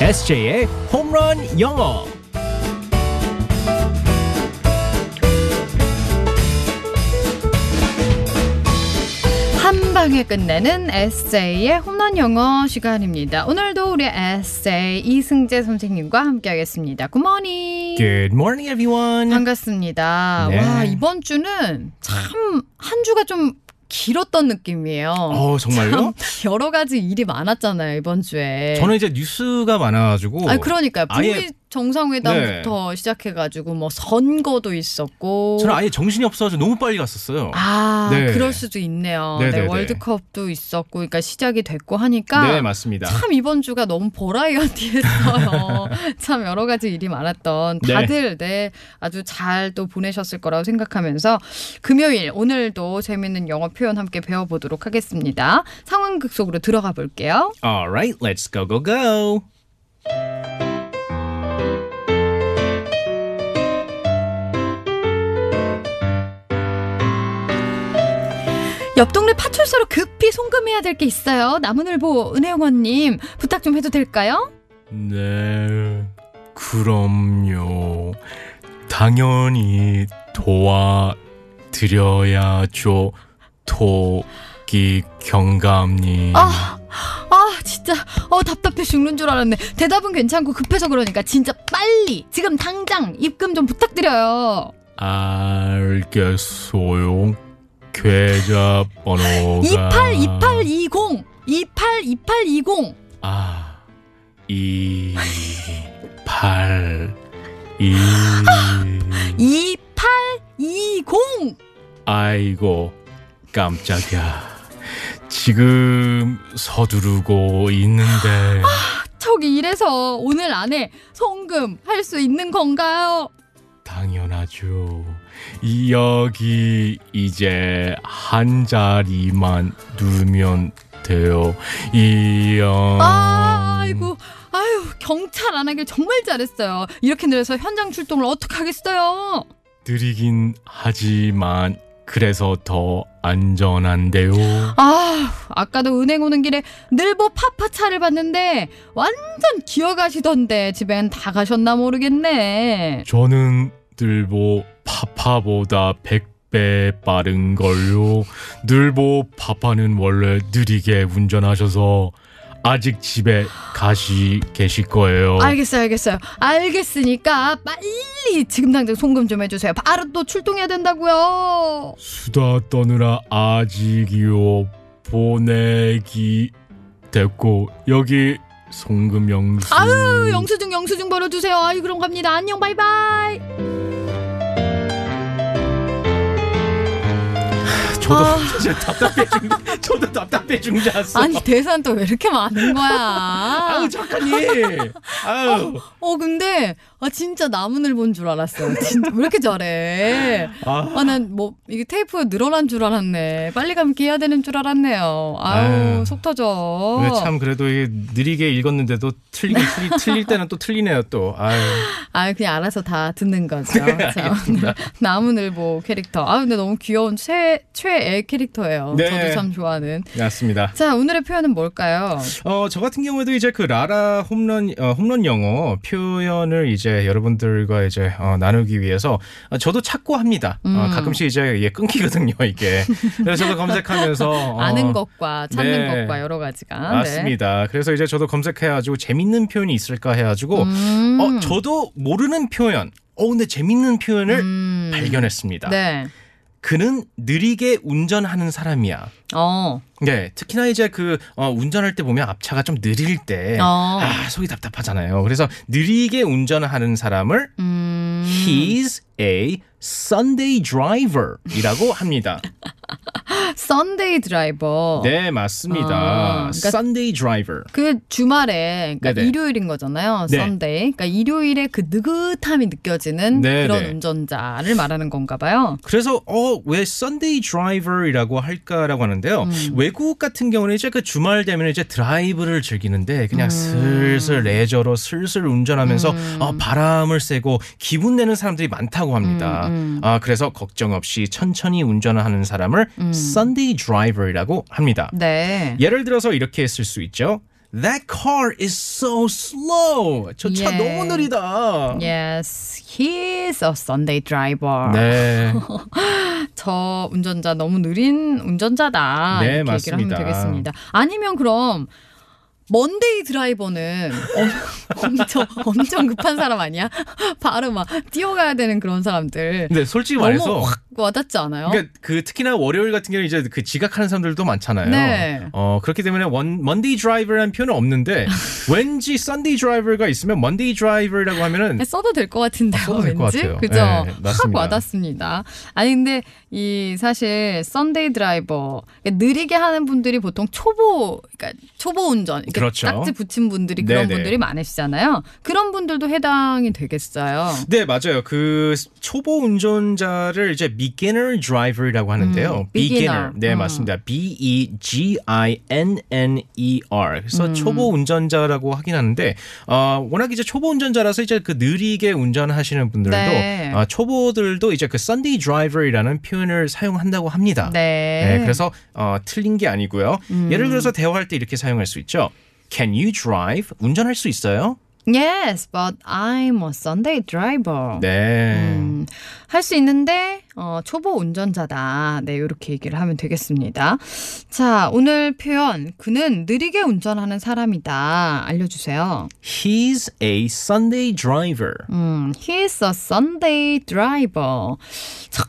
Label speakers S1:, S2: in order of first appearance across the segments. S1: SJ의 홈런 영어.
S2: 한 방에 끝내는 에세이의 홈런 영어 시간입니다. 오늘도 우리 에세이 이승재 선생님과 함께하겠습니다. 굿모닝.
S1: Good morning, everyone.
S2: 반갑습니다.
S1: 예. 네.
S2: 와 이번 주는 참 한 주가 좀 길었던 느낌이에요.
S1: 어 정말요?
S2: 참 여러 가지 일이 많았잖아요 이번 주에.
S1: 저는 이제 뉴스가 많아가지고.
S2: 아 그러니까 북미
S1: 아예- 네.
S2: 정상회담부터 시작해가지고 뭐 선거도 있었고.
S1: 저는 아예 정신이 없어서 너무 빨리 갔었어요.
S2: 뭐 아,
S1: 네.
S2: 그럴 수도 있네요.
S1: 네,
S2: 네,
S1: 네, 네.
S2: 월드컵도 있었고, 그러니까 시작이 됐고 하니까
S1: 네, 맞습니다.
S2: 참 이번 주가 너무 버라이어티했어요. 참 여러 가지 일이 많았던
S1: 네.
S2: 다들 네, 아주 잘 또 보내셨을 거라고 생각하면서 금요일 오늘도 재밌는 영어 표현 함께 배워보도록 하겠습니다. 상황극 속으로 들어가 볼게요.
S1: All right, let's go go go.
S2: 옆 동네 파출소로 급히 송금해야 될 게 있어요. 남은을보 은혜원님 부탁 좀 해도 될까요?
S1: 네, 그럼요. 당연히 도와드려야죠. 토끼 경감님.
S2: 아, 아 진짜 어 답답해 죽는 줄 알았네. 대답은 괜찮고 급해서 그러니까 진짜 빨리 지금 당장 입금 좀 부탁드려요.
S1: 알겠어요. 계좌번호가
S2: 282820 282820
S1: 아, 28 2
S2: 2820
S1: 아이고 깜짝이야. 지금 서두르고 있는데
S2: 저기 이래서 오늘 안에 송금 할 수 있는 건가요?
S1: 당연하죠. 여기 이제 한 자리만 누르면 돼요. 이영
S2: 아, 아이고 아유 경찰 안 하길 정말 잘했어요. 이렇게 늘어서 현장 출동을 어떻게 하겠어요?
S1: 느리긴 하지만 그래서 더 안전한데요.
S2: 아 아까도 은행 오는 길에 늘보 파파차를 봤는데 완전 기어가시던데 집엔 다 가셨나 모르겠네.
S1: 저는 늘보 파파보다 100배 빠른 걸요. 늘보 파파는 원래 느리게 운전하셔서 아직 집에 가시 계실 거예요.
S2: 알겠어요, 알겠어요. 알겠으니까 빨리 지금 당장 송금 좀 해주세요. 바로 또 출동해야 된다고요.
S1: 수다 떠느라 아직이요 보내기 됐고 여기 송금 영수.
S2: 아유, 영수증, 영수증 벌어주세요. 아유, 그럼 갑니다. 안녕, 바이바이.
S1: 저도
S2: 아.
S1: 진짜 답답해 죽. 저도 답답해 죽지 않았어.
S2: 아니, 대사는 또 왜 이렇게 많은 거야?
S1: 아우 작가님. 아우.
S2: 어, 근데, 아, 진짜 나문을 본 줄 알았어요. 진짜 왜 이렇게 잘해?
S1: 아.
S2: 아, 난 뭐, 이게 테이프가 늘어난 줄 알았네. 빨리 감기 해야 되는 줄 알았네요. 아유,
S1: 아유.
S2: 속 터져.
S1: 근데 참 그래도 이게 느리게 읽었는데도 틀리고 틀리, 틀릴 때는 또 틀리네요 또. 아유.
S2: 아 그냥 알아서 다 듣는 거죠.
S1: 네,
S2: 자, 오늘 나무늘보 캐릭터. 아 근데 너무 귀여운 최 최애 캐릭터예요.
S1: 네.
S2: 저도 참 좋아하는.
S1: 맞습니다.
S2: 자 오늘의 표현은 뭘까요?
S1: 어, 저 같은 경우에도 이제 그 라라 홈런, 어, 홈런 영어 표현을 이제 여러분들과 이제 어, 나누기 위해서 어, 저도 찾고 합니다. 어,
S2: 음.
S1: 가끔씩 이제 이게 끊기거든요, 이게. 그래서 저도 검색하면서. 어,
S2: 아는 것과 찾는
S1: 네.
S2: 것과 여러 가지가. 네.
S1: 맞습니다. 그래서 이제 저도 검색해가지고 재밌는 표현이 있을까 해가지고,
S2: 음.
S1: 어, 저도 모르는 표현, 어, 근데 재밌는 표현을
S2: 음.
S1: 발견했습니다.
S2: 네.
S1: 그는 느리게 운전하는 사람이야.
S2: 어.
S1: 네, 특히나 이제 그 어, 운전할 때 보면 앞차가 좀 느릴 때
S2: 어.
S1: 아, 속이 답답하잖아요. 그래서 느리게 운전하는 사람을
S2: 음.
S1: he's a Sunday driver이라고 합니다.
S2: 썬데이 드라이버.
S1: 네, 맞습니다.
S2: 어. 아, 그러니까-
S1: Sunday driver.
S2: 그 주말에 그러니까
S1: 네네.
S2: 일요일인 거잖아요.
S1: 네.
S2: 썬데이. 그러니까 일요일에 그 느긋함이 느껴지는
S1: 네네.
S2: 그런 운전자를 말하는 건가 봐요.
S1: 그래서 어 왜 Sunday driver이라고 할까라고 하는데요.
S2: 음.
S1: 외국 같은 경우는 이제 그 주말 되면 이제 드라이브를 즐기는데
S2: 음.
S1: 그냥 슬슬 레저로 슬슬 운전하면서 어, 바람을 쐬고 기분 내는 사람들이 많다고 합니다.
S2: 음,
S1: 아 그래서 걱정 없이 천천히 운전하는
S2: 음.
S1: 사람을 Sunday driver이라고 합니다.
S2: 네.
S1: 예를 들어서 이렇게 쓸 수 있죠. That car is so slow. 저 차
S2: 예.
S1: 너무 느리다.
S2: Yes, he is a Sunday driver.
S1: 네.
S2: 저 운전자 너무 느린 운전자다.
S1: 네,
S2: 이렇게
S1: 맞습니다.
S2: 얘기를 하면 되겠습니다. 아니면 그럼 먼데이 드라이버는 엄- 엄청 엄청 급한 사람 아니야? 바로 막 뛰어가야 되는 그런 사람들.
S1: 근데 솔직히
S2: 너무
S1: 말해서
S2: 확 와닿지 않아요?
S1: 그러니까 그 특히나 월요일 같은 경우는 이제 그 지각하는 사람들도 많잖아요.
S2: 네.
S1: 어, 그렇기 때문에 원 먼데이 드라이버라는 표현은 없는데 왠지 썬데이 드라이버가 있으면 먼데이 드라이버라고 하면은
S2: 네, 써도 될 것 같은데요,
S1: 써도 될것
S2: 왠지
S1: 같아요.
S2: 그죠?
S1: 네,
S2: 확
S1: 맞습니다.
S2: 와닿습니다. 아니 근데 이 사실 썬데이 드라이버 그러니까 느리게 하는 분들이 보통 초보, 그러니까 초보 운전, 이렇게
S1: 그렇죠.
S2: 딱지 붙인 분들이 그런
S1: 네네.
S2: 분들이 많으시잖아요. 그런 분들도 해당이 되겠어요.
S1: 네, 맞아요. 그 초보 운전자를 이제 beginner driver라고 하는데요.
S2: 음, beginner.
S1: beginner. 네,
S2: 음.
S1: 맞습니다. B E G I N N E R. 그래서
S2: 음.
S1: 초보 운전자라고 하긴 하는데 어, 워낙 이제 초보 운전자라서 이제 그 느리게 운전하시는 분들도
S2: 네.
S1: 아, 초보들도 이제 그 Sunday driver이라는 표현을 사용한다고 합니다.
S2: 네. 음.
S1: 네, 그래서 어, 틀린 게 아니고요. 예를 들어서 대화할 때 이렇게 사용할 수 있죠. Can you drive? 운전할 수 있어요?
S2: Yes, but I'm a Sunday driver.
S1: 네.
S2: 음. 할 수 있는데 어, 초보 운전자다. 네, 이렇게 얘기를 하면 되겠습니다. 자, 오늘 표현 그는 느리게 운전하는 사람이다. 알려주세요.
S1: He's a Sunday driver.
S2: 음, he is a Sunday driver.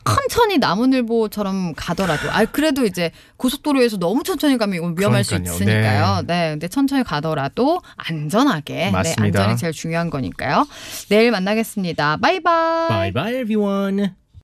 S2: 천천히 나무늘보처럼 가더라도, 아 그래도 이제 고속도로에서 너무 천천히 가면 이건 위험할
S1: 그러니까요.
S2: 수 있으니까요. 네. 근데 천천히 가더라도 안전하게,
S1: 맞습니다.
S2: 네, 안전이 제일 중요한 거니까요. 내일 만나겠습니다. 바이바이.
S1: Bye bye, everyone.